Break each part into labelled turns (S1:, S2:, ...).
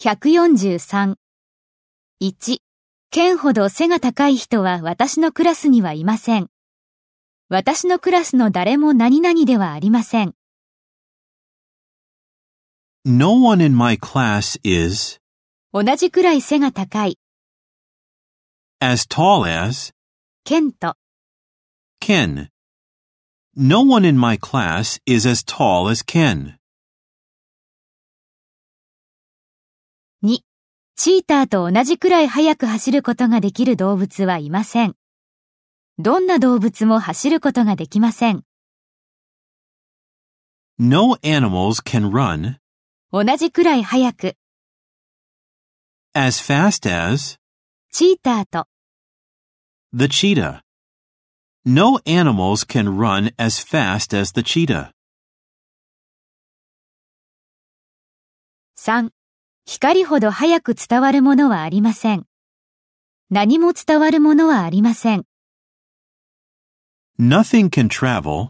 S1: 143。1. 県ほど背が高い人は私のクラスにはいません。私のクラスの誰も何々ではありません。
S2: No one in my class is
S1: 同じくらい背が高い、
S2: as tall as
S1: 県と、
S2: Ken. No one in my class is as tall as Ken.
S1: チーターと同じくらい速く走ることができる動物はいません。どんな動物も走ることができません。
S2: No animals can run
S1: 同じくらい速く、
S2: as fast as
S1: チーターと、
S2: the cheetah. No animals can run as fast as the cheetah.
S1: 3. 光ほど早く伝わるものはありません。何も伝わるものはありません。
S2: Nothing can travel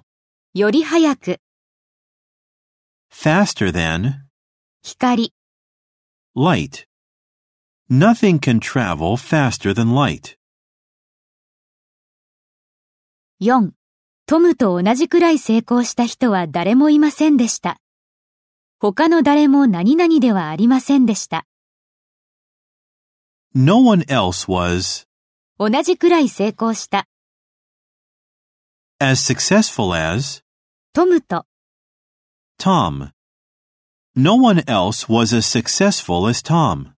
S1: より早く、
S2: faster than
S1: 光、
S2: light. Nothing can travel faster than light.
S1: 4. トムと同じくらい成功した人は誰もいませんでした。他の誰も何々ではありませんでした。
S2: No one else was
S1: 同じくらい成功した、
S2: as successful as
S1: トムと、
S2: Tom. No one else was as successful as Tom.